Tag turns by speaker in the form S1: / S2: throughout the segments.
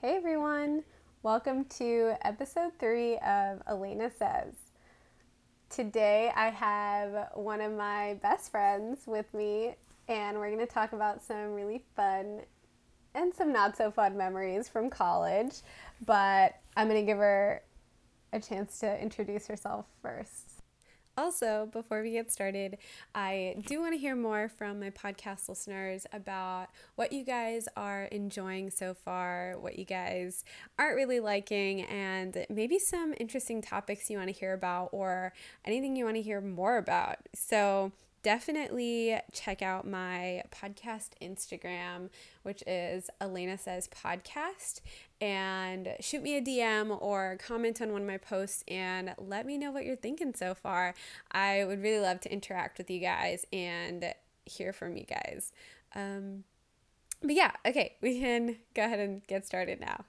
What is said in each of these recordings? S1: Hey everyone, welcome to episode three of Elena Says. Today I have one of my best friends with me, and we're going to talk about some really fun and some not so fun memories from college. But I'm going to give her a chance to introduce herself first. Also, before we get started, I do want to hear more from my podcast listeners about what you guys are enjoying so far, what you guys aren't really liking, and maybe some interesting topics you want to hear about or anything you want to hear more about. So, definitely check out my podcast Instagram, which is Elena Says Podcast, and shoot me a DM or comment on one of my posts and let me know what you're thinking so far. I would really love to interact with you guys and hear from you guys. Um, but yeah, okay, we can go ahead and get started now.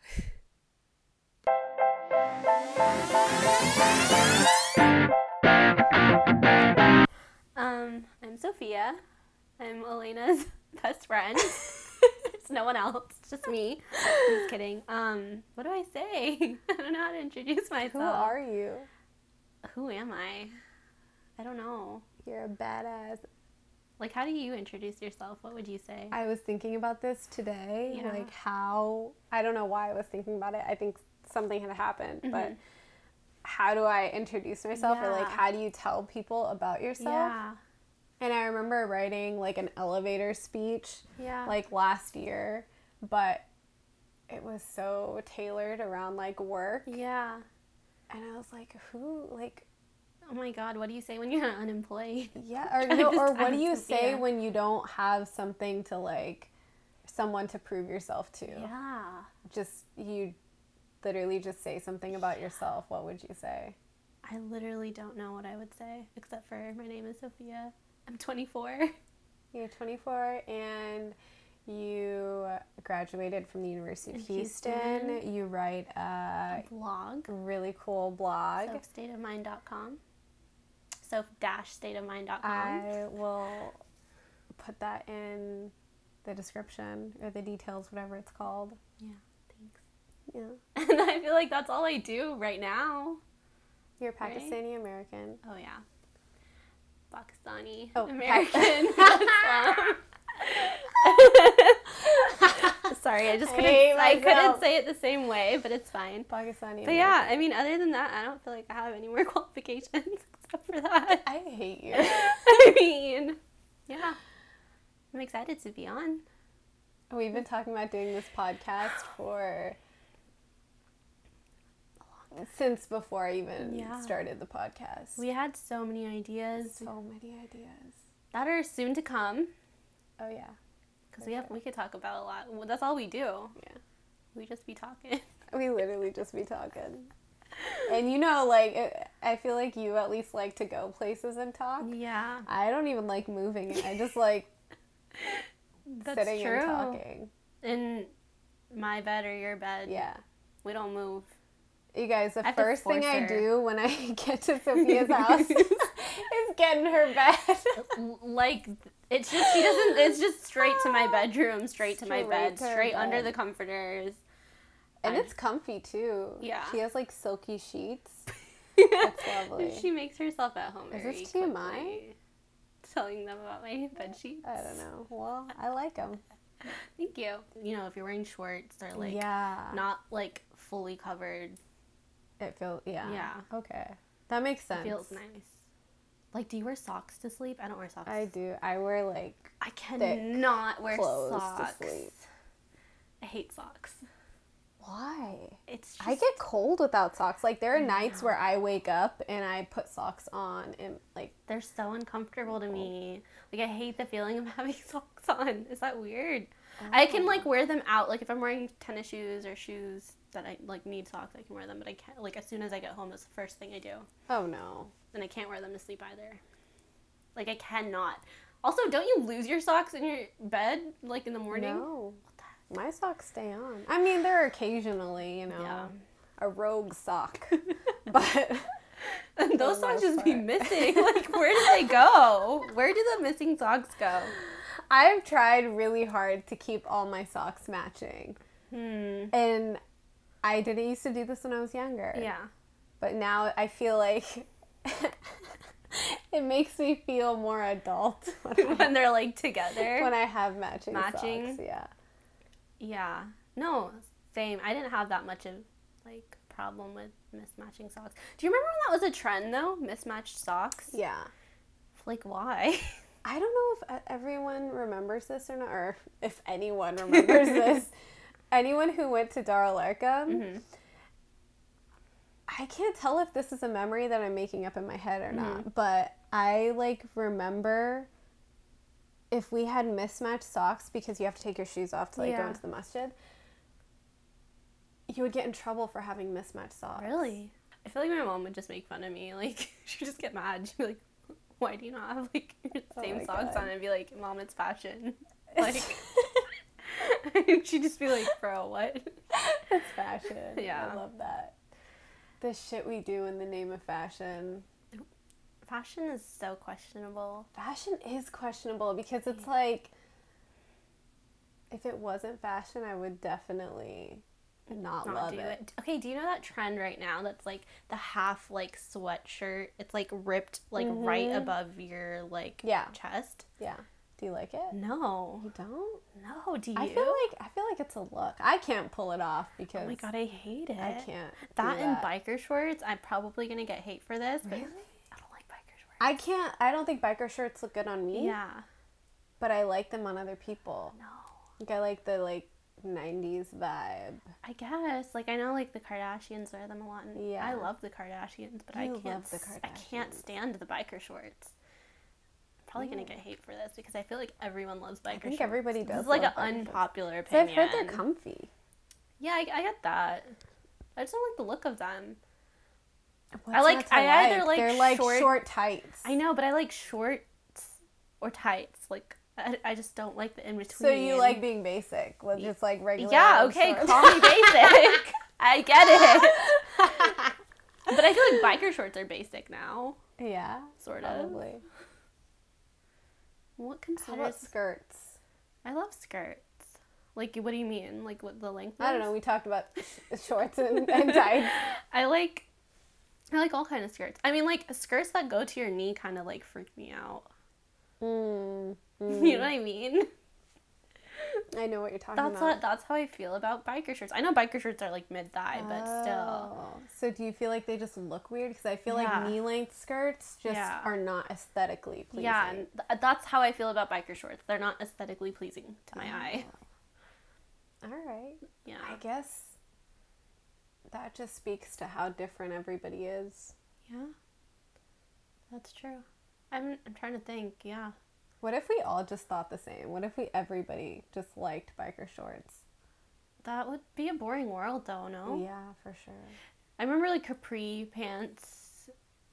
S2: Um, I'm Sophia. I'm Elena's best friend. it's no one else. It's just me. I'm just kidding. Um, what do I say? I don't know how to introduce myself.
S1: Who are you?
S2: Who am I? I don't know.
S1: You're a badass.
S2: Like, how do you introduce yourself? What would you say?
S1: I was thinking about this today,
S2: Yeah.
S1: like how I don't know why I was thinking about it. I think something had happened, but how do I introduce myself or like
S2: Mm-hmm. Yeah.
S1: how do you tell people about yourself?
S2: yeah.
S1: And I remember writing like an elevator speech
S2: Yeah.
S1: like last year, but it was so tailored around like work
S2: yeah.
S1: and I was like, who like
S2: Oh my God. What do you say when you're unemployed?
S1: yeah or
S2: I
S1: no,
S2: just-
S1: or
S2: I
S1: what do
S2: was
S1: you
S2: Sophia.
S1: say when you don't have something to like someone to prove yourself to?
S2: Yeah.
S1: just you literally just say something about yourself what would you say
S2: I literally don't know what I would say except for my name is Sophia. I'm 24.
S1: you're 24 and you graduated from the university of
S2: In
S1: houston,
S2: Houston.
S1: you write a
S2: Blog.
S1: really cool blog
S2: self-stateofmind.com. Self-stateofmind.com.
S1: i will put that in the description or the details whatever it's called
S2: yeah,
S1: yeah
S2: thanks. And I feel like that's all I do right now.
S1: you're
S2: Right.
S1: pakistani american
S2: Oh yeah, Pakistani
S1: Oh,
S2: American. Muslim. Sorry, I just
S1: I
S2: couldn't.
S1: hate
S2: I
S1: myself.
S2: couldn't say it the same way, but it's fine.
S1: pakistani
S2: But yeah, I mean, other than that, I don't feel like I have any more qualifications except for that.
S1: i hate you
S2: I mean, yeah. I'm excited to be on.
S1: we've been talking about doing this podcast for since before I even
S2: Yeah.
S1: started the podcast.
S2: We had so many ideas
S1: so many ideas.
S2: that are soon to come
S1: Oh yeah.
S2: because we have we could talk about a lot. Well, that's all we do.
S1: Yeah.
S2: We just be talking.
S1: We literally just be talking. And you know like it, I feel like you at least like to go places and talk.
S2: Yeah,
S1: I don't even like moving. I just like
S2: that's
S1: sitting
S2: true.
S1: and talking.
S2: In my bed or your bed.
S1: Yeah.
S2: We don't move.
S1: You guys, the
S2: I have to
S1: first thing
S2: force
S1: I
S2: her.
S1: do when I get to Sophia's house is get in her bed.
S2: L- like it's just she doesn't. It's just straight to my bedroom, straight to my
S1: Straight
S2: bed,
S1: to her
S2: straight
S1: bed.
S2: under the comforters.
S1: And
S2: I-
S1: it's comfy too.
S2: Yeah.
S1: She has like silky sheets.
S2: That's
S1: lovely.
S2: she makes herself at home.
S1: Is
S2: very
S1: this TMI?
S2: quickly. Telling them about my bed sheets.
S1: I don't know. Well, I like them.
S2: Thank you. You know, if you're wearing shorts, they're like
S1: yeah.
S2: not like fully covered.
S1: it feels yeah.
S2: Yeah.
S1: Okay. That makes sense.
S2: Feels nice. Like, do you wear socks to sleep? I don't wear socks.
S1: I do. I wear like
S2: I cannot wear
S1: clothes to
S2: socks.
S1: sleep.
S2: I hate socks.
S1: why?
S2: It's just
S1: I get cold without socks. Like there are nights where I wake up and I put socks on and like
S2: they're so uncomfortable to me. Like I hate the feeling of having socks on. Is that weird? I
S1: Oh.
S2: can like wear them out. Like if I'm wearing tennis shoes or shoes that I like need socks, I can wear them. But I can't. Like as soon as I get home, that's the first thing I do.
S1: oh no.
S2: and I can't wear them to sleep either. Like I cannot. Also, don't you lose your socks in your bed like in the morning?
S1: No. My socks stay on. I mean, there are occasionally, you know,
S2: Yeah.
S1: a rogue sock. but
S2: And those
S1: the
S2: socks
S1: most
S2: just be
S1: part.
S2: missing. Like where do they go? Where do the missing socks go?
S1: I've tried really hard to keep all my socks matching.
S2: Hmm.
S1: And I didn't used to do this when I was younger.
S2: Yeah.
S1: But now I feel like it makes me feel more adult when I,
S2: when they're like together.
S1: when I have matching,
S2: Matching.
S1: socks. Yeah.
S2: yeah. No, same. I didn't have that much of like problem with mismatching socks. Do you remember when that was a trend though? Mismatched socks?
S1: Yeah.
S2: Like why?
S1: I don't know if uh, everyone remembers this or not, or if anyone remembers this. Anyone who went to Daralarcum,
S2: Mhm.
S1: I can't tell if this is a memory that I'm making up in my head
S2: Mm-hmm.
S1: or not, but I like remember if we had mismatched socks because you have to take your shoes off to like go
S2: Yeah.
S1: into the masjid. You would get in trouble for having mismatched socks.
S2: Really? I feel like my mom would just make fun of me. Like she'd just get mad. She'd be like, "Why do you not have like your
S1: Oh
S2: same
S1: my
S2: socks
S1: God.
S2: on?" I'd be like, "Mom, it's fashion." Like she'd just be like, "Bro, what?"
S1: it's fashion.
S2: Yeah.
S1: I love that. The shit we do in the name of fashion.
S2: Fashion is so questionable.
S1: Fashion is questionable because it's like if it wasn't fashion, I would definitely not,
S2: Not
S1: love
S2: do
S1: it.
S2: it. Okay, do you know that trend right now? That's like the half like sweatshirt. It's like ripped like right above your like
S1: Mm-hmm. Yeah.
S2: chest.
S1: Yeah. Do you like it?
S2: No,
S1: You don't?
S2: no. Do you?
S1: I feel like I feel like it's a look. I can't pull it off because
S2: oh my god, I hate it.
S1: I can't. do
S2: That, and
S1: that.
S2: biker shorts. I'm probably gonna get hate for this, but
S1: Really?
S2: I don't like biker shorts.
S1: I can't. I don't think biker shirts look good on me.
S2: Yeah.
S1: But I like them on other people.
S2: No.
S1: Like I like the like '90s vibe.
S2: I guess. Like I know like the Kardashians wear them a lot and
S1: Yeah.
S2: I love the Kardashians, but I
S1: You
S2: can't
S1: love the
S2: s- I can't
S1: Kardashians.
S2: stand the biker shorts. I'm probably gonna get hate for this because I feel like everyone loves biker shorts.
S1: think everybody
S2: This
S1: does
S2: is like an
S1: love biker shorts.
S2: unpopular
S1: 'Cause
S2: opinion.
S1: I've heard they're comfy.
S2: yeah, I, I get that. I just don't like the look of them.
S1: What's
S2: like-
S1: not to
S2: I either like
S1: they're like
S2: short-
S1: short tights.
S2: I know, but I like shorts or tights. Like I, I just don't like the in between.
S1: So you like being basic with just like regular.
S2: Yeah,
S1: old
S2: okay,
S1: shorts.
S2: call me basic. I get it. but I feel like biker shorts are basic now,
S1: yeah,
S2: sort of.
S1: probably.
S2: What
S1: How about
S2: considers?
S1: skirts?
S2: I love skirts. Like, what do you mean? Like, what the length?
S1: I don't
S2: is?
S1: know. We talked about sh- shorts and, and tights.
S2: I like, I like all kind of skirts. I mean, like skirts that go to your knee kind of like freak me out.
S1: Mm, mm.
S2: You know what I mean?
S1: I know what you're talking
S2: That's
S1: about.
S2: what, that's how I feel about biker shirts. I know biker shirts are like mid thigh, but still,
S1: Oh. So do you feel like they just look weird? Because I feel
S2: Yeah.
S1: like knee length skirts just
S2: Yeah.
S1: are not aesthetically pleasing.
S2: yeah. and Th- that's how I feel about biker shorts. They're not aesthetically pleasing to my eye.
S1: All right.
S2: Yeah.
S1: I guess that just speaks to how different everybody is.
S2: Yeah. That's true. I'm I'm trying to think, yeah.
S1: What if we all just thought the same? What if we everybody just liked biker shorts?
S2: That would be a boring world though, no?
S1: Yeah, for sure.
S2: I remember like capri pants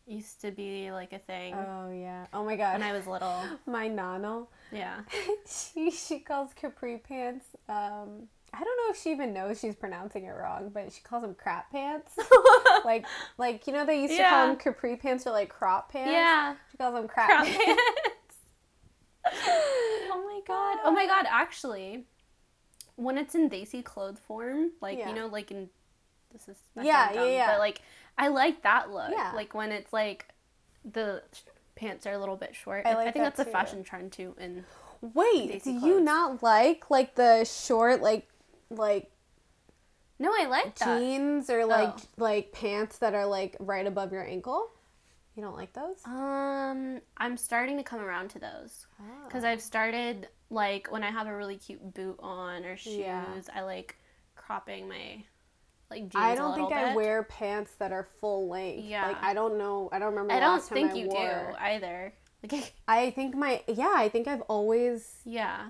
S2: used to be like a thing
S1: Oh yeah. Oh my god.
S2: when I was little.
S1: my nano.
S2: Yeah.
S1: she she calls capri pants. Um, I don't know if she even knows she's pronouncing it wrong, but she calls them crap pants. like like you know they used to call
S2: Yeah.
S1: them capri pants or like crop pants.
S2: Yeah.
S1: She calls them crap.
S2: Crop
S1: pants.
S2: pants. oh my god. Oh my god, actually. When it's in daisy clothes form, like
S1: Yeah.
S2: you know, like in this is that
S1: Yeah,
S2: sounds
S1: yeah, yeah.
S2: But like I like that look.
S1: Yeah.
S2: Like when it's like the sh- pants are a little bit short.
S1: I
S2: I,
S1: like
S2: think
S1: that
S2: that's
S1: too.
S2: a fashion trend too in
S1: Wait, do
S2: Daisy
S1: you
S2: clothes.
S1: not like like the short like like
S2: No, I like that.
S1: jeans or like
S2: Oh.
S1: like pants that are like right above your ankle? You don't like those?
S2: Um, I'm starting to come around to those because I've started like when I have a really cute boot on or shoes,
S1: Yeah.
S2: I like cropping my like jeans.
S1: I don't
S2: a
S1: think
S2: little
S1: I
S2: bit.
S1: wear pants that are full length.
S2: Yeah.
S1: Like I don't know. I don't remember.
S2: I
S1: the
S2: don't
S1: last time
S2: think
S1: I
S2: you
S1: wore.
S2: do either. Like,
S1: I think my yeah. I think I've always
S2: yeah.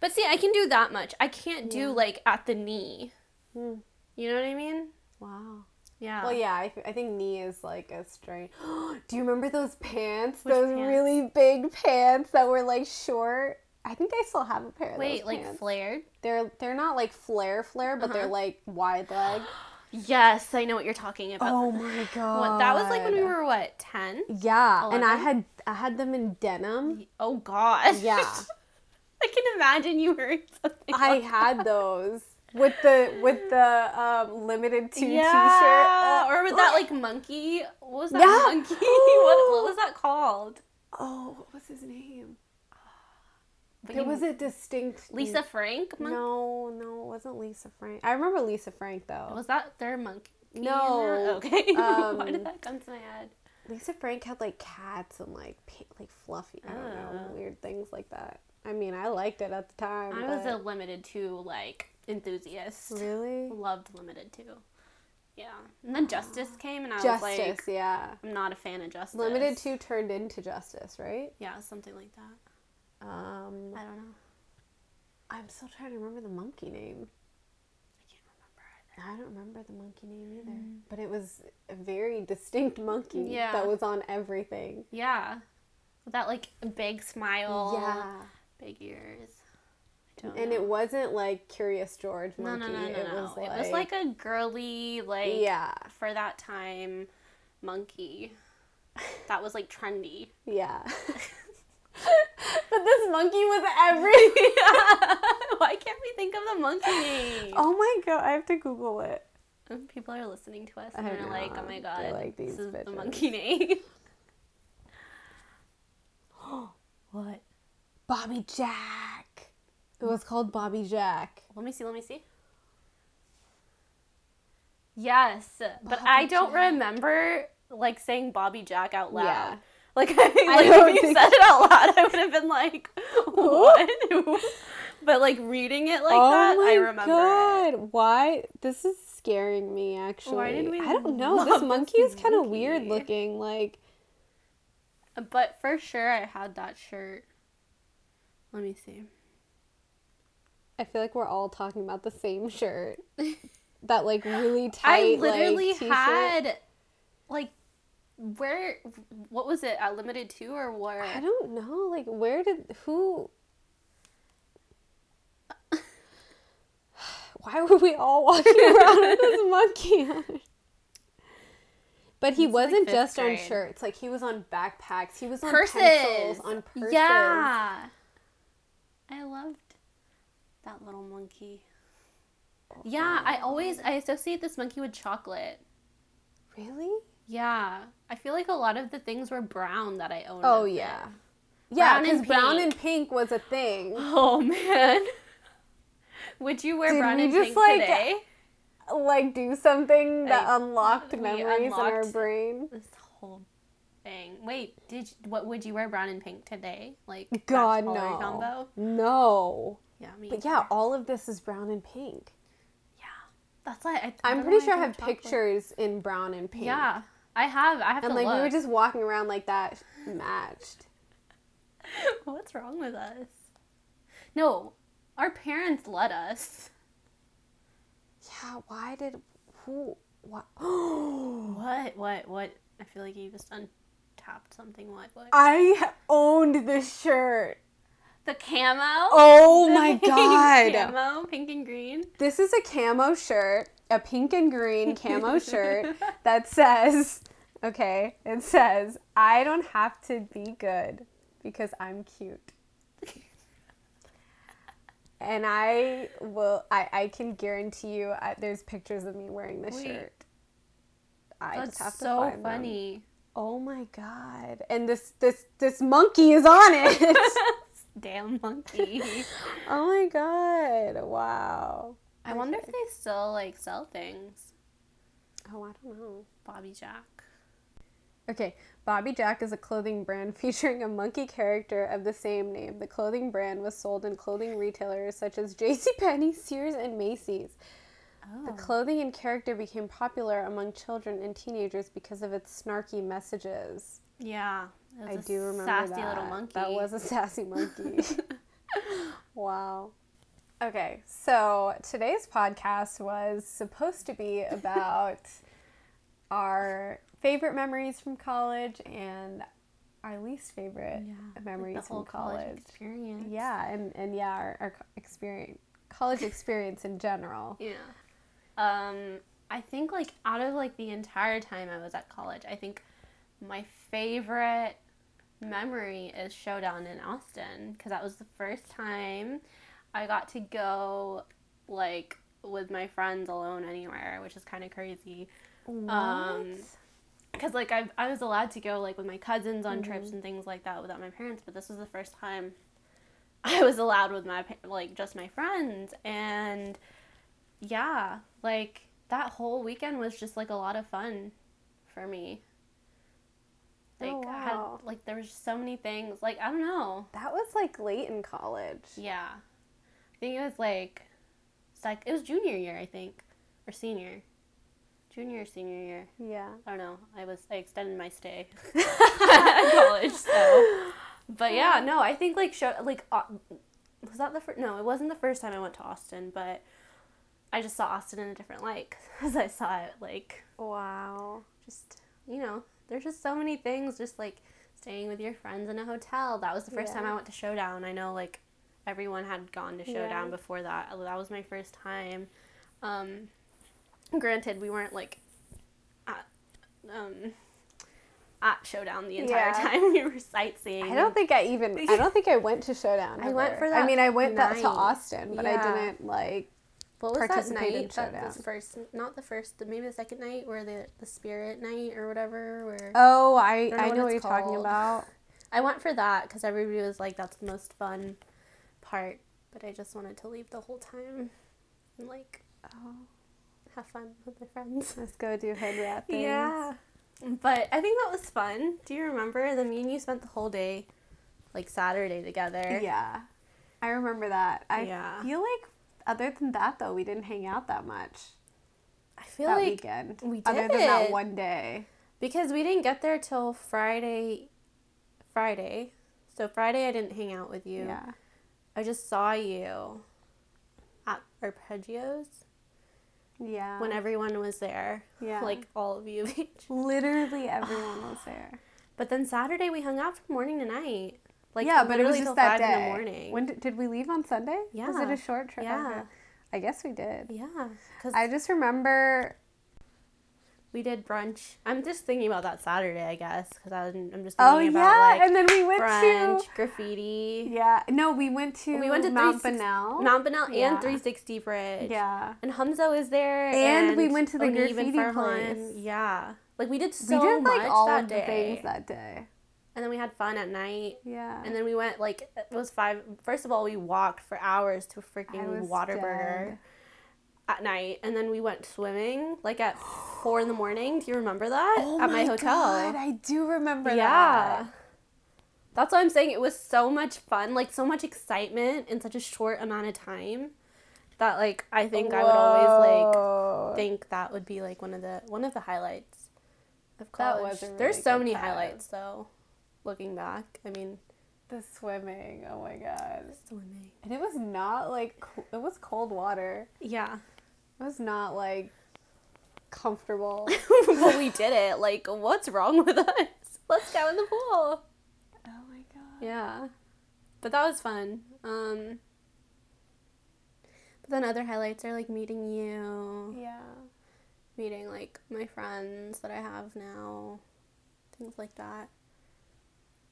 S2: But see, I can do that much. I can't do like at the knee.
S1: Hmm.
S2: You know what I mean?
S1: wow.
S2: Yeah.
S1: Well, yeah. I, I think knee is like a straight. do you remember those pants?
S2: Which
S1: those
S2: pants?
S1: really big pants that were like short. I think I still have a pair of
S2: Wait,
S1: those
S2: like
S1: pants.
S2: flared?
S1: they're they're not like flare flare, but they're
S2: Uh-huh.
S1: like wide leg.
S2: Yes, I know what you're talking about.
S1: oh my god.
S2: What- that was like when we were what ten?
S1: Yeah, and I
S2: 11?
S1: had I had them in denim.
S2: Oh gosh.
S1: Yeah.
S2: I can imagine you wearing something.
S1: I
S2: like-
S1: had those. with the with the um, limited two
S2: Yeah,
S1: T-shirt, Uh,
S2: or with that like monkey. What was that
S1: Yeah.
S2: monkey? What, what was that called?
S1: oh, what was his name?
S2: But
S1: There
S2: you-
S1: was a distinct
S2: Lisa Frank. Monkey?
S1: No, no, it wasn't Lisa Frank. I remember Lisa Frank though.
S2: Was that their monkey? in
S1: No,
S2: that? Okay. Why
S1: um,
S2: did that come to my head?
S1: Lisa Frank had like cats and like pa- like fluffy, I don't know,
S2: Oh.
S1: weird things like that. I mean, I liked it at the time.
S2: I was a
S1: but-
S2: limited two like enthusiast.
S1: really
S2: Loved limited two. Yeah, and then Justice came, and I
S1: Justice,
S2: was like,
S1: yeah.
S2: I'm not a fan of Justice.
S1: Limited two turned into Justice, right?
S2: Yeah, something like that.
S1: Um,
S2: I don't know.
S1: I'm still trying to remember the monkey name.
S2: I can't remember either.
S1: I don't remember the monkey name either, but it was a very distinct monkey
S2: Yeah.
S1: that was on everything.
S2: Yeah, with that like big smile.
S1: yeah,
S2: big ears. I don't
S1: and
S2: know.
S1: it wasn't like Curious George
S2: no,
S1: monkey.
S2: no, no, no,
S1: it,
S2: no.
S1: Was like,
S2: it was like a girly like
S1: yeah,
S2: for that time monkey. That was like trendy.
S1: yeah. but this monkey was everything.
S2: Why can't we think of the monkey name?
S1: Oh my god, I have to Google it.
S2: And People are listening to us
S1: I
S2: and they're
S1: know.
S2: like, "Oh my
S1: They're
S2: god,
S1: like,
S2: this
S1: "These
S2: is the
S1: bitches."
S2: monkey name." what?
S1: Bobby Jack. It was called Bobby Jack.
S2: Let me see. Let me see. Yes, but
S1: Bobby
S2: I don't
S1: Jack.
S2: remember like saying Bobby Jack out loud.
S1: Yeah.
S2: Like, I, like
S1: don't
S2: if you
S1: think-
S2: said it out loud, I would have been like, "What?" but like reading it like that, I remember it.
S1: Oh God. Why? This is scaring me actually.
S2: did we
S1: I don't know.
S2: love
S1: This
S2: this
S1: monkey is kind of weird
S2: monkey?
S1: looking. Like
S2: But for sure, I had that shirt. Let me see.
S1: I feel like we're all talking about the same shirt. that like really
S2: I
S1: tight.
S2: literally
S1: like, t-shirt.
S2: had, like, where? What was it? At limited two or where?
S1: I don't know. Like where did who? Why were we all walking around with this monkey? on? But he
S2: This is, like,
S1: wasn't
S2: fifth
S1: just on
S2: grade.
S1: shirts. Like he was on backpacks. He was on
S2: purses.
S1: pencils, on purses.
S2: Yeah. I loved that little monkey.
S1: Oh,
S2: Yeah, I always I associate this monkey with chocolate.
S1: Really?
S2: Yeah. I feel like a lot of the things were brown that I owned.
S1: Oh
S2: as a
S1: yeah. Yeah,
S2: Brown and
S1: because brown
S2: pink.
S1: and pink was a thing.
S2: Oh man. Would you wear
S1: Did
S2: brown
S1: we
S2: and
S1: just,
S2: pink
S1: like,
S2: today?
S1: Like do something that
S2: I-
S1: unlocked
S2: we
S1: memories in our
S2: unlocked-
S1: brain.
S2: This whole thing. Wait, did you, what would you wear brown and pink today? Like that
S1: God
S2: color
S1: no.
S2: combo?
S1: No.
S2: Yeah, me.
S1: But
S2: either.
S1: yeah, all of this is brown and pink.
S2: yeah. That's why I,
S1: I'm
S2: don't know
S1: pretty
S2: why
S1: sure I
S2: think
S1: have
S2: chocolate.
S1: pictures in brown and pink.
S2: Yeah, I have. I have
S1: And
S2: to
S1: like
S2: look.
S1: we were just walking around like that matched.
S2: What's wrong with us? No, our parents let us.
S1: Yeah, why did who what I
S2: What? What? What? I feel like you just untapped something. What? What?
S1: owned this shirt.
S2: the camo.
S1: Oh
S2: The
S1: my
S2: pink
S1: god.
S2: Camo, pink and green.
S1: This is a camo shirt, a pink and green camo shirt that says, okay, it says, I don't have to be good because I'm cute. And I will, I, I can guarantee you I, there's pictures of me wearing this
S2: Wait.
S1: shirt. I
S2: That's
S1: just have to
S2: so
S1: find them.
S2: funny.
S1: Oh my god. And this this this monkey is on it.
S2: Damn monkey.
S1: oh my god. Wow.
S2: I wonder if they still like sell things.
S1: Oh, I don't know.
S2: Bobby Jack.
S1: Okay, Bobby Jack is a clothing brand featuring a monkey character of the same name. The clothing brand was sold in clothing retailers such as JCPenney, Sears, and Macy's. The
S2: Oh.
S1: clothing and character became popular among children and teenagers because of its snarky messages.
S2: Yeah. it was
S1: I
S2: a
S1: do remember
S2: sassy
S1: that.
S2: little monkey.
S1: That was a sassy monkey. wow. Okay, so today's podcast was supposed to be about our favorite memories from college and our least favorite
S2: yeah.
S1: memories
S2: the whole
S1: from college.
S2: experience.
S1: yeah, and, and yeah, our, our co- experience, college experience in general.
S2: Yeah. Um, I think like out of like the entire time I was at college, I think my favorite memory is Showdown in Austin because that was the first time I got to go like with my friends alone anywhere, which is kind of crazy. Um, Because like I I was allowed to go like with my cousins on trips
S1: Mm-hmm.
S2: and things like that without my parents, but this was the first time I was allowed with my pa- like just my friends and yeah, like that whole weekend was just like a lot of fun for me.
S1: Oh,
S2: Like I
S1: wow.
S2: had like there was just so many things. Like I don't know.
S1: that was like late in college.
S2: Yeah. I think it was like sec it was junior year, I think. Or senior. Junior or senior year.
S1: Yeah.
S2: I don't know. I was I extended my stay at college, so but yeah, no, I think like show like uh, was that the first? No, it wasn't the first time I went to Austin, but I just saw Austin in a different light because I saw it like
S1: Wow.
S2: just you know there's just so many things just like staying with your friends in a hotel that was the first
S1: Yeah.
S2: time i went to showdown i know like everyone had gone to showdown
S1: Yeah.
S2: before that Uh, that was my first time um granted we weren't like at, um at showdown the
S1: Yeah.
S2: entire time we were sightseeing
S1: I don't think I even. I don't think I went to Showdown.
S2: I went
S1: ever.
S2: for
S1: I
S2: that
S1: mean, I went that
S2: night.
S1: to Austin, but
S2: Yeah.
S1: I didn't like.
S2: what was that
S1: participate in
S2: night that
S1: Showdown.
S2: the first not the first the- maybe the second night where the the spirit night or whatever where
S1: Oh, I
S2: don't know
S1: I
S2: what
S1: know what you're
S2: it's
S1: talking
S2: called.
S1: about.
S2: I went for that because everybody was like, that's the most fun part. But I just wanted to leave the whole time and like
S1: Oh,
S2: have fun with my friends.
S1: let's go do hood rat things.
S2: But I think that was fun. Do you remember? Then me and you spent the whole day, like Saturday together.
S1: Yeah. I remember that. I
S2: Yeah.
S1: feel like other than that though, we didn't hang out that much
S2: I feel
S1: that
S2: like
S1: weekend.
S2: we
S1: Other than that
S2: did.
S1: one day.
S2: because we didn't get there till Friday. Friday. So Friday I didn't hang out with you.
S1: Yeah.
S2: I just saw you at Arpeggios
S1: Yeah.
S2: when everyone was there.
S1: Yeah.
S2: Like all of you.
S1: literally everyone was there.
S2: But then Saturday we hung out from morning to night. Like
S1: yeah, but it was
S2: literally till
S1: just that
S2: five
S1: day.
S2: in the morning.
S1: When did, did we leave on Sunday? Was it
S2: Yeah.
S1: a short trip?
S2: Yeah.
S1: Okay. I guess we did.
S2: yeah, because
S1: I just remember
S2: we did brunch. I'm just thinking about that Saturday, I guess, because I'm, I'm just thinking
S1: Oh
S2: about
S1: yeah,
S2: like
S1: and then we went
S2: brunch,
S1: to
S2: graffiti,
S1: Yeah. No, we went to
S2: We went to
S1: Mount
S2: 360
S1: Benel.
S2: Mount Benel,
S1: Yeah.
S2: and 360 Bridge.
S1: yeah.
S2: and Hamza was there,
S1: And we went to the
S2: Oneeb and
S1: graffiti
S2: Farhan.
S1: place.
S2: Yeah, like we did so
S1: we did
S2: much
S1: like all
S2: that
S1: of
S2: day,
S1: the things that day.
S2: and then we had fun at night.
S1: Yeah.
S2: And then we went like it was five. First of all, we walked for hours to
S1: I
S2: freaking
S1: was
S2: Waterburger
S1: dead.
S2: at night, and then we went swimming like at four in the morning. Do you remember that
S1: Oh
S2: at my, hotel?
S1: God, I do remember
S2: yeah,
S1: that.
S2: that's what I'm saying. It was so much fun, like so much excitement in such a short amount of time. That like I think I would always like
S1: Whoa.
S2: think that would be like one of the one of the highlights of
S1: That
S2: college.
S1: was a
S2: There's
S1: really
S2: so
S1: good
S2: many
S1: time.
S2: highlights though. Looking back, I mean
S1: the swimming. Oh my god.
S2: swimming.
S1: And it was not like co- it was cold water.
S2: Yeah.
S1: It was not like comfortable.
S2: well, we did it. Like, what's wrong with us? Let's go in the pool.
S1: oh my god.
S2: Yeah. But that was fun. Um, but then other highlights are like meeting you,
S1: Yeah.
S2: meeting like my friends that I have now, things like that.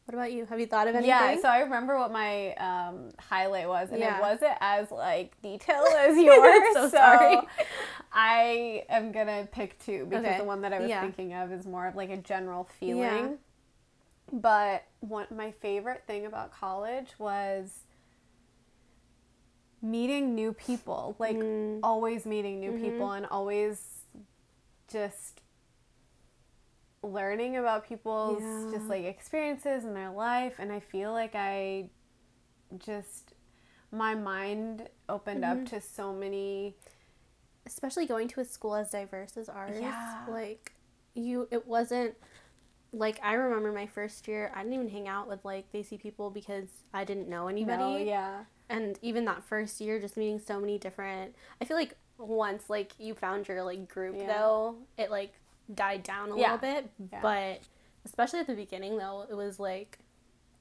S2: What about you? Have you thought of anything?
S1: Yeah, so I remember what my um, highlight was, and
S2: Yeah.
S1: it wasn't as like detailed as yours.
S2: So
S1: so,
S2: sorry.
S1: I am gonna pick two because
S2: Okay.
S1: the one that I was
S2: Yeah.
S1: thinking of is more of like a general feeling.
S2: Yeah.
S1: But one my favorite thing about college was meeting new people. Like
S2: Mm. Mm-hmm.
S1: always meeting new people and always just learning about people's
S2: Yeah.
S1: just like experiences in their life and I feel like I just my mind opened up
S2: Mm-hmm.
S1: to so many
S2: especially going to a school as diverse as ours
S1: Yeah.
S2: like you it wasn't like i remember my first year i didn't even hang out with like dc people because i didn't know anybody
S1: No, yeah.
S2: and even that first year just meeting so many different i feel like once like you found your like group
S1: Yeah.
S2: though it like died down a
S1: Yeah.
S2: little bit
S1: Yeah.
S2: but especially at the beginning though it was like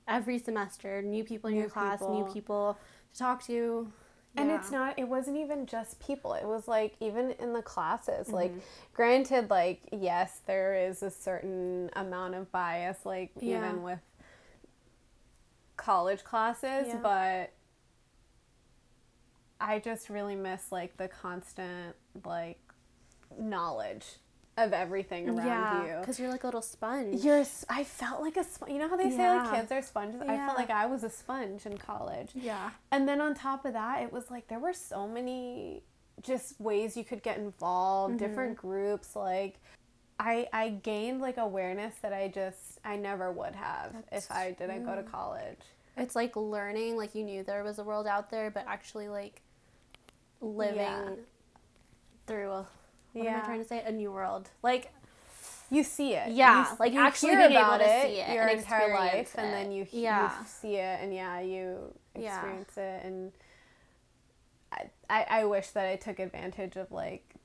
S2: every semester new people in
S1: New
S2: your class new
S1: people.
S2: people to talk to
S1: And
S2: Yeah.
S1: it's not, it wasn't even just people. It was like, even in the classes,
S2: Mm-hmm.
S1: like, granted, like, yes, there is a certain amount of bias, like,
S2: Yeah.
S1: even with college classes,
S2: Yeah.
S1: but I just really miss like the constant like knowledge of everything around you.
S2: because you're like a little sponge.
S1: You're. s- I felt like a. sp- You know how they say
S2: Yeah.
S1: like kids are sponges. I
S2: Yeah.
S1: felt like I was a sponge in college.
S2: yeah.
S1: And then on top of that, it was like there were so many just ways you could get involved,
S2: Mm-hmm.
S1: different groups. Like I I gained like awareness that I just I never would have if I didn't go to college.
S2: It's like learning, like you knew there was a world out there, but actually like living
S1: Yeah.
S2: through a what am
S1: Yeah.
S2: I trying to say? A new world. Like
S1: You see it.
S2: Yeah,
S1: s-
S2: like, actually
S1: hear
S2: being able to see it
S1: your
S2: and
S1: entire
S2: experience
S1: life and then
S2: it.
S1: you, he- you
S2: Yeah.
S1: f- see it and yeah, you
S2: Yeah.
S1: experience it and I, I I wish that I took advantage of like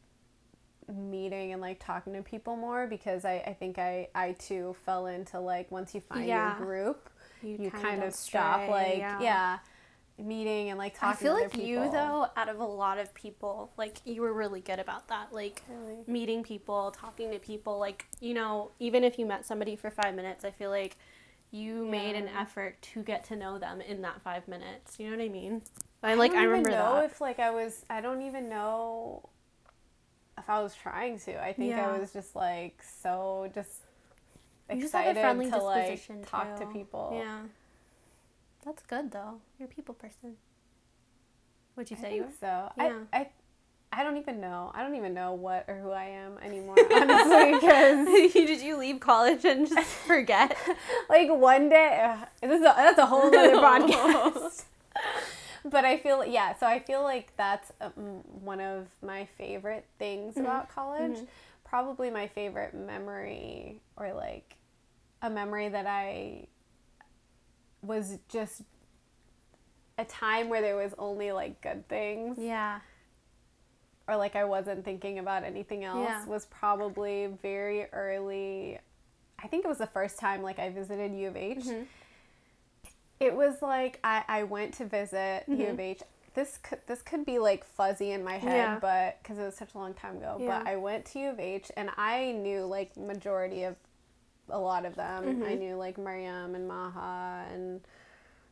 S1: meeting and like talking to people more because I, I think I, I too fell into like once you find
S2: Yeah.
S1: your group you,
S2: kinda
S1: kind,
S2: don't
S1: of stop
S2: stray,
S1: like
S2: yeah.
S1: yeah. meeting and like talking
S2: I feel
S1: to
S2: like
S1: other
S2: you
S1: people.
S2: though, out of a lot of people, like you were really good about that. Like
S1: Really?
S2: meeting people, talking to people, like, you know, even if you met somebody for five minutes, I feel like you made an effort to get to know them in that five minutes. You know what I mean? I like I,
S1: don't
S2: remember
S1: even know
S2: that.
S1: if like I was I don't even know if I was trying to. I think
S2: Yeah.
S1: I was just like so just
S2: You just have a
S1: excited
S2: friendly
S1: to like
S2: disposition
S1: talk to
S2: too.
S1: people.
S2: Yeah. That's good though. You're a people person. Would you
S1: I
S2: say you
S1: think
S2: are?
S1: so.
S2: Yeah.
S1: I, I I don't even know. I don't even know what or who I am anymore, honestly, because
S2: Did you leave college and just forget?
S1: like one day ugh, this is a, that's a whole other podcast. But I feel yeah, so I feel like that's um, one of my favorite things about college. Probably my favorite memory or like a memory that I was just a time where there was only like good things
S2: yeah.
S1: or like I wasn't thinking about anything else
S2: Yeah.
S1: was probably very early. I think it was the first time like I visited U of H.
S2: Mm-hmm.
S1: It was like I, I went to visit U of H. This could, this could be like fuzzy in my head,
S2: Mm-hmm. Yeah.
S1: but because it was such a long time ago.
S2: Yeah.
S1: But I went to U of H and I knew like majority of a lot of them. I
S2: Mm-hmm.
S1: knew like Mariam and Maha and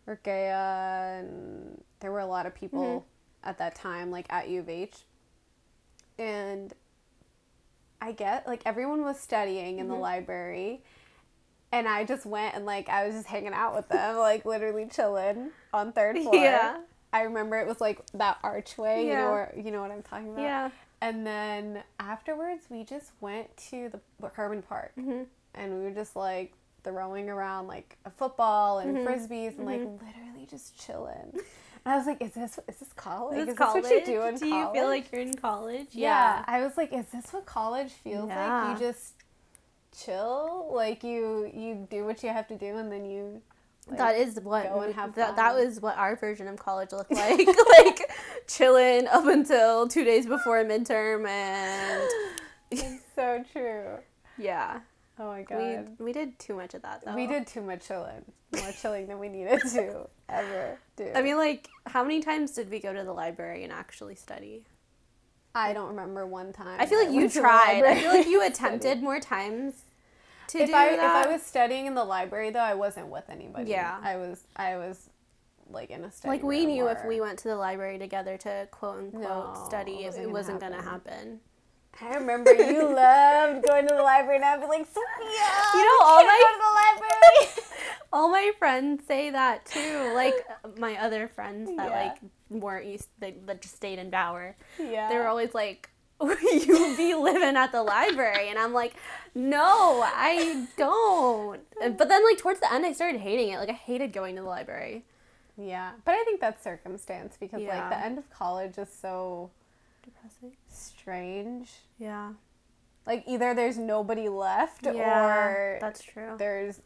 S1: Rukea and there were a lot of people
S2: Mm-hmm.
S1: at that time like at U of H. And I get like everyone was studying
S2: Mm-hmm.
S1: in the library and I just went and like I was just hanging out with them, like literally chilling on third floor.
S2: Yeah.
S1: I remember it was like that archway, you
S2: Yeah.
S1: know, where, you know what I'm talking about.
S2: Yeah.
S1: And then afterwards, we just went to the Herman Park,
S2: Mm-hmm.
S1: and we were just like throwing around like a football and
S2: Mm-hmm.
S1: frisbees, and like literally just chilling. And I was like, "Is this is this college? Is this, what you do in
S2: do you
S1: college?"
S2: feel like you're in college?
S1: yeah. I was like, "Is this what college feels
S2: Yeah.
S1: like? You just chill, like you you do what you have to do, and then you." like,
S2: that is what
S1: go and
S2: we-
S1: have
S2: that, that
S1: fun.
S2: was what our version of college looked like like chilling up until two days before midterm and
S1: so true.
S2: yeah
S1: Oh my god.
S2: we we did too much of that though
S1: we did too much chilling, more chilling than we needed to ever do.
S2: I mean like how many times did we go to the library and actually study
S1: I don't remember one time.
S2: I feel like you
S1: went to the
S2: tried I
S1: library.
S2: feel like you attempted more times to
S1: if
S2: do
S1: I
S2: that
S1: if I was studying in the library though, I wasn't with anybody.
S2: Yeah.
S1: I was I was like in a study.
S2: like we
S1: room
S2: knew if
S1: or-
S2: we went to the library together to quote unquote
S1: No,
S2: study
S1: it wasn't
S2: it it
S1: gonna
S2: wasn't gonna happen
S1: I remember you loved going to the library, and I'd be like, Sophia,
S2: You know, all
S1: we can't go to the library.
S2: All my friends say that too. Like my other friends that
S1: Yeah.
S2: like weren't used they, that just stayed in Bower.
S1: yeah,
S2: They were always like, "You be living at the library," and I'm like, "No, I don't." But then like towards the end, I started hating it. Like I hated going to the library.
S1: yeah. But I think that's circumstance because
S2: Yeah.
S1: like the end of college is so
S2: Depressing.
S1: strange.
S2: Yeah.
S1: Like either there's nobody left,
S2: Yeah.
S1: or
S2: That's true.
S1: there's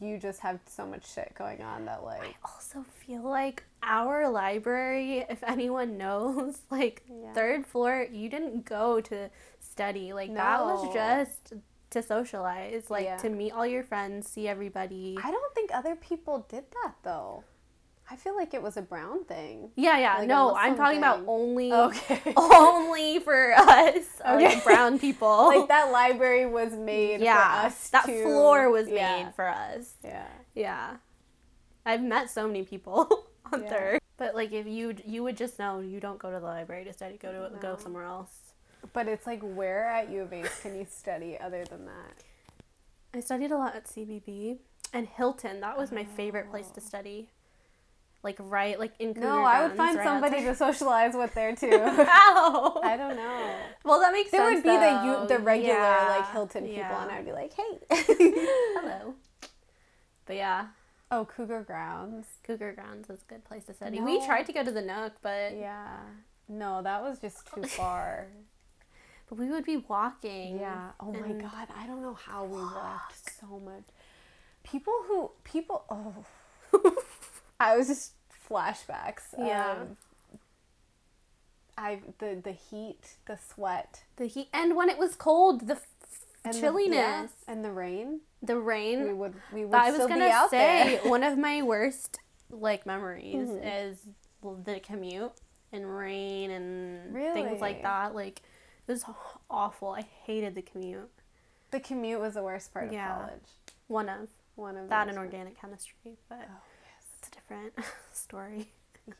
S1: you just have so much shit going on that like
S2: also feel like our library, if anyone knows, like
S1: Yeah.
S2: third floor, you didn't go to study. Like that was
S1: No.
S2: just to socialize, like
S1: Yeah.
S2: to meet all your friends, see everybody.
S1: I don't think other people did that though. I feel like it was a brown thing.
S2: yeah, yeah.
S1: Like,
S2: no,
S1: unless
S2: I'm talking about
S1: something-
S2: only
S1: Okay.
S2: Oh. only for us,
S1: Okay.
S2: like brown people.
S1: Like that library was made
S2: yeah,
S1: for us.
S2: that
S1: to-
S2: floor was
S1: Yeah.
S2: made for us.
S1: Yeah.
S2: Yeah. I've met so many people on
S1: Yeah.
S2: third. But like if you you would just know you don't go to the library to study, go to go somewhere else.
S1: But it's like, where at U of H can you study other than that?
S2: I studied a lot at CBB and Hilton. That was my favorite place to study. Like right, like in
S1: Oh. No, I would find somebody to socialize with there too.
S2: Ow!
S1: I don't know.
S2: well, that makes
S1: There
S2: sense.
S1: would be the
S2: though.
S1: U, the regular
S2: Yeah.
S1: like Hilton people,
S2: Yeah.
S1: and I'd be like, hey,
S2: Hello. But yeah,
S1: oh, Cougar Grounds.
S2: Cougar Grounds is a good place to study. We
S1: No.
S2: tried to go to the Nook, but
S1: Yeah. No, that was just too far.
S2: but we would be walking.
S1: Yeah. Oh my
S2: And-
S1: god, I don't know how we walked so much. People who people oh I was just flashbacks. Um,
S2: Yeah.
S1: I the the heat, the sweat,
S2: The heat and when it was cold, the f-
S1: and the- yeah,
S2: chilliness,
S1: and the rain.
S2: the rain.
S1: We would we would
S2: But I was
S1: still
S2: gonna
S1: be out
S2: say
S1: there. Mm-hmm.
S2: one of my worst like memories is the commute and rain and things
S1: Really?
S2: like that. Like it was awful. I hated the commute.
S1: The commute was the worst part
S2: Yeah.
S1: of college.
S2: One of
S1: One of
S2: that
S1: those
S2: and
S1: ones.
S2: organic chemistry, but
S1: Oh,
S2: it's a different story.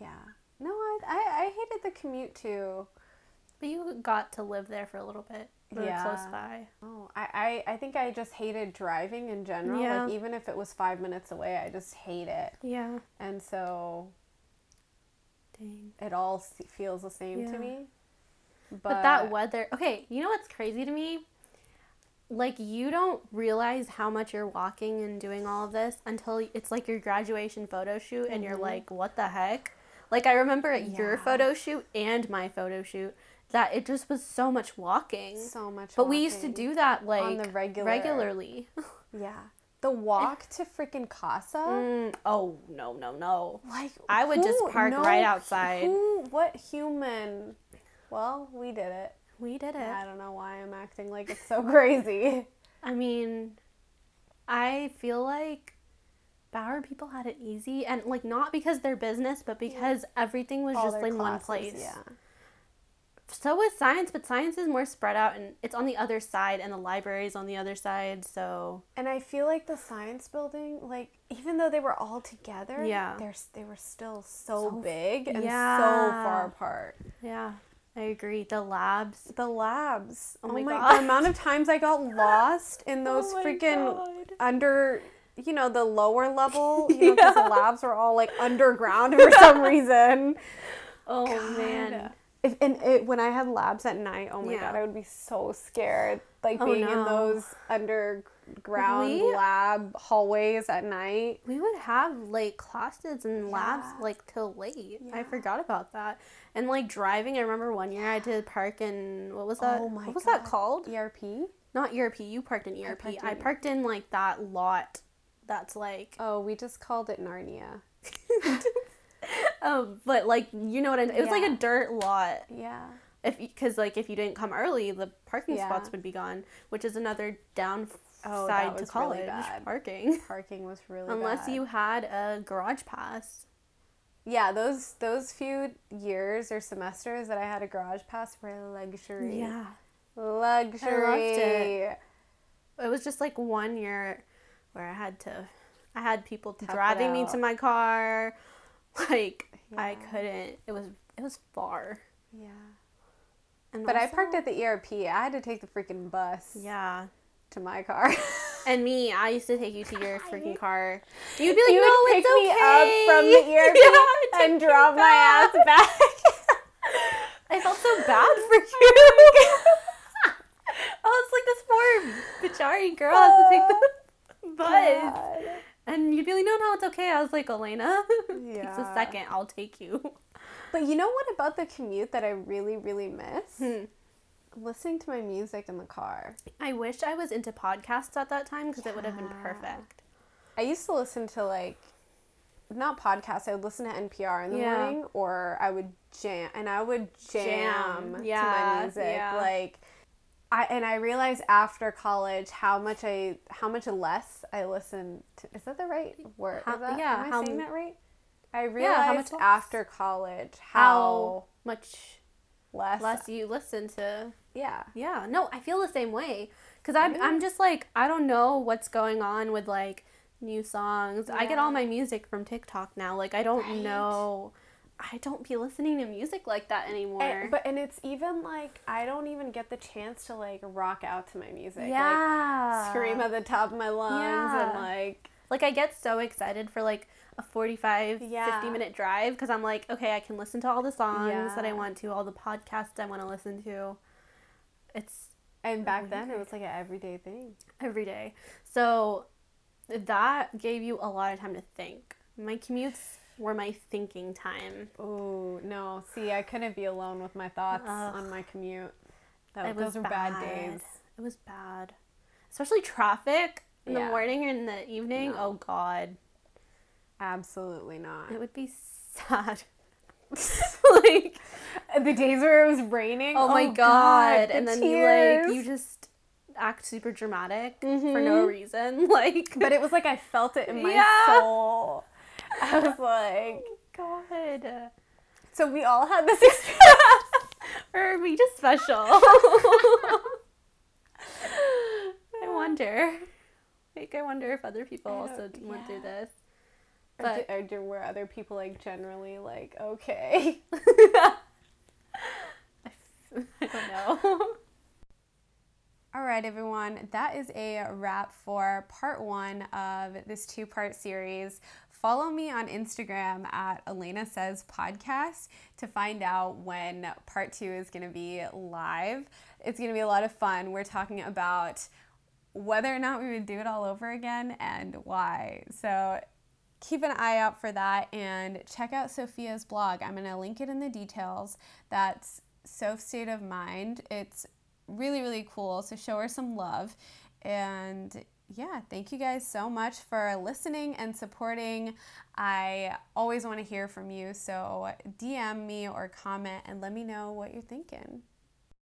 S1: Yeah. No, I, I I hated the commute too.
S2: But you got to live there for a little bit. We were close
S1: Yeah.
S2: by.
S1: Oh, I, I, I think I just hated driving in general.
S2: Yeah.
S1: Like even if it was five minutes away, I just hate it.
S2: Yeah.
S1: And so
S2: Dang.
S1: it all se- feels the same
S2: Yeah.
S1: to me. But,
S2: But that weather. Okay, you know what's crazy to me? Like you don't realize how much you're walking and doing all of this until it's like your graduation photo shoot and you're like, "What the heck?" Like I remember at your
S1: Yeah.
S2: photo shoot and my photo shoot that it just was so much walking.
S1: so much.
S2: but we used to
S1: walking.
S2: do that like
S1: the regular.
S2: regularly.
S1: Yeah, the walk to freaking Casa.
S2: Mm, oh no no no!
S1: Like
S2: I would just park right outside.
S1: Who? What human? Well, we did it.
S2: We did it.
S1: I don't know why I'm acting like it's so crazy.
S2: I mean, I feel like Bauer people had it easy, and like not because their business, but because everything was
S1: All
S2: just
S1: their
S2: in one
S1: classes,
S2: place.
S1: Yeah.
S2: So with science, but science is more spread out, and it's on the other side, and the library is on the other side. So
S1: And I feel like the science building, like even though they were all together,
S2: Yeah.
S1: they're, s- they were still so, big and so
S2: yeah.
S1: far apart.
S2: yeah, I agree. The labs.
S1: The labs. Oh,
S2: my
S1: my,
S2: God. Oh
S1: god! The amount of times I got lost in those
S2: my
S1: freaking
S2: God.
S1: under, you know, the lower level. You know, 'cause the labs were all like underground for some reason.
S2: Oh
S1: God.
S2: man.
S1: If, and it, when I had labs at night, oh my
S2: Yeah.
S1: god, I would be so scared. Like
S2: Oh,
S1: being
S2: no.
S1: in those underground
S2: We-
S1: lab hallways at night.
S2: We would have late classes and labs
S1: Yeah.
S2: like till late. I forgot about that. And like driving, I remember one year I did park in what was that?
S1: Oh my
S2: what was that
S1: God.
S2: called?
S1: ERP.
S2: Not ERP. You parked in ERP. I
S1: parked
S2: parked
S1: in E
S2: in,
S1: ERP.
S2: like that lot. That's like,
S1: Oh, we just called it Narnia.
S2: um, but like you know what I mean. It was like
S1: Yeah.
S2: a dirt lot.
S1: Yeah.
S2: If because like if you didn't come early, the parking
S1: Yeah.
S2: spots would be gone, which is another downside
S1: Oh, that
S2: to
S1: was really
S2: college
S1: bad.
S2: parking.
S1: Parking was really
S2: Unless
S1: bad.
S2: you had a garage pass.
S1: Yeah, those those few years or semesters that I had a garage pass were luxury. Luxury.
S2: it. it was just like one year where I had to, I had people driving me
S1: out.
S2: to my car, like I
S1: Yeah.
S2: couldn't. It was it was far.
S1: Yeah.
S2: And
S1: But I
S2: also-
S1: parked at the ERP. I had to take the freaking bus
S2: Yeah.
S1: to my car.
S2: And me, I used to take you to your freaking car. You'd be like,
S1: you
S2: no,
S1: would pick
S2: it's okay.
S1: me up from the ERP
S2: Yeah, take
S1: and
S2: me
S1: drop my
S2: back.
S1: ass back. Oh
S2: I felt so bad for you. I was like, this poor Bichari girl has to take
S1: Uh.
S2: the bus.
S1: God.
S2: And you'd be like, no, no, it's okay. I was like, Elena, it's a
S1: Yeah.
S2: second. I'll take you.
S1: But you know what about the commute that I really, really miss? Listening to my music in the car.
S2: I wish I was into podcasts at that time because it would have been
S1: Yeah.
S2: perfect.
S1: I used to listen to like not podcasts. I would listen to NPR in the
S2: Yeah.
S1: morning, or I would jam, and I would jam,
S2: Jam.
S1: to
S2: Yeah,
S1: my music.
S2: yeah.
S1: Like, I and I realized after college how much I how much less I listen. to. Is that the right word?
S2: How-
S1: is that,
S2: yeah,
S1: am I
S2: how
S1: saying
S2: m-
S1: that right? I
S2: how much
S1: realized
S2: less?
S1: after college
S2: How
S1: how,
S2: much
S1: less,
S2: less you listen to
S1: yeah
S2: Yeah, no, I feel the same way. Cause I'm,
S1: Mm-hmm.
S2: I'm just like I don't know what's going on with like new songs. I get all my music from TikTok now. Like I don't know I don't be listening to music like that anymore.
S1: And, Eh, but and it's even like I don't even get the chance to like rock out to my music.
S2: yeah.
S1: Like, scream at the top of my lungs and
S2: Yeah.
S1: like
S2: Like I get so excited for like a 45
S1: Yeah.
S2: 50 minute drive because I'm like, okay, I can listen to all the songs that I
S1: Yeah.
S2: want to, all the podcasts I want to listen to. It's
S1: and back then it was like an everyday thing.
S2: every day. So that gave you a lot of time to think. My commutes were my thinking time.
S1: Oh no. See, I couldn't be alone with my thoughts
S2: Ugh.
S1: on my commute. That,
S2: It was
S1: those were bad
S2: bad.
S1: days.
S2: It was bad. Especially traffic in the
S1: Yeah.
S2: morning or in the evening.
S1: No.
S2: Oh god.
S1: Absolutely not.
S2: It would be sad. like
S1: the days where it was raining.
S2: oh, my god.
S1: the
S2: and then you like you
S1: tears.
S2: just act super dramatic for
S1: Mhm.
S2: no reason. Like
S1: But it was like I felt it in my
S2: Yeah.
S1: soul. I was like,
S2: God.
S1: so we all had this experience.
S2: Or are we just special? I wonder. Like I wonder if other people
S1: I
S2: also
S1: don't-
S2: went through
S1: yeah.
S2: this.
S1: Or,
S2: But
S1: d- or d- were other people like generally like okay?
S2: I don't know.
S1: All right, everyone, that is a wrap for part one of this two part series. Follow me on Instagram at Elena Says Podcast to find out when part two is going to be live. It's going to be a lot of fun. We're talking about whether or not we would do it all over again and why. So keep an eye out for that and check out Sophia's blog. I'm going to link it in the details. That's Soph State of Mind. It's really, really cool. So show her some love. And yeah, thank you guys so much for listening and supporting. I always want to hear from you. So DM me or comment and let me know what you're thinking.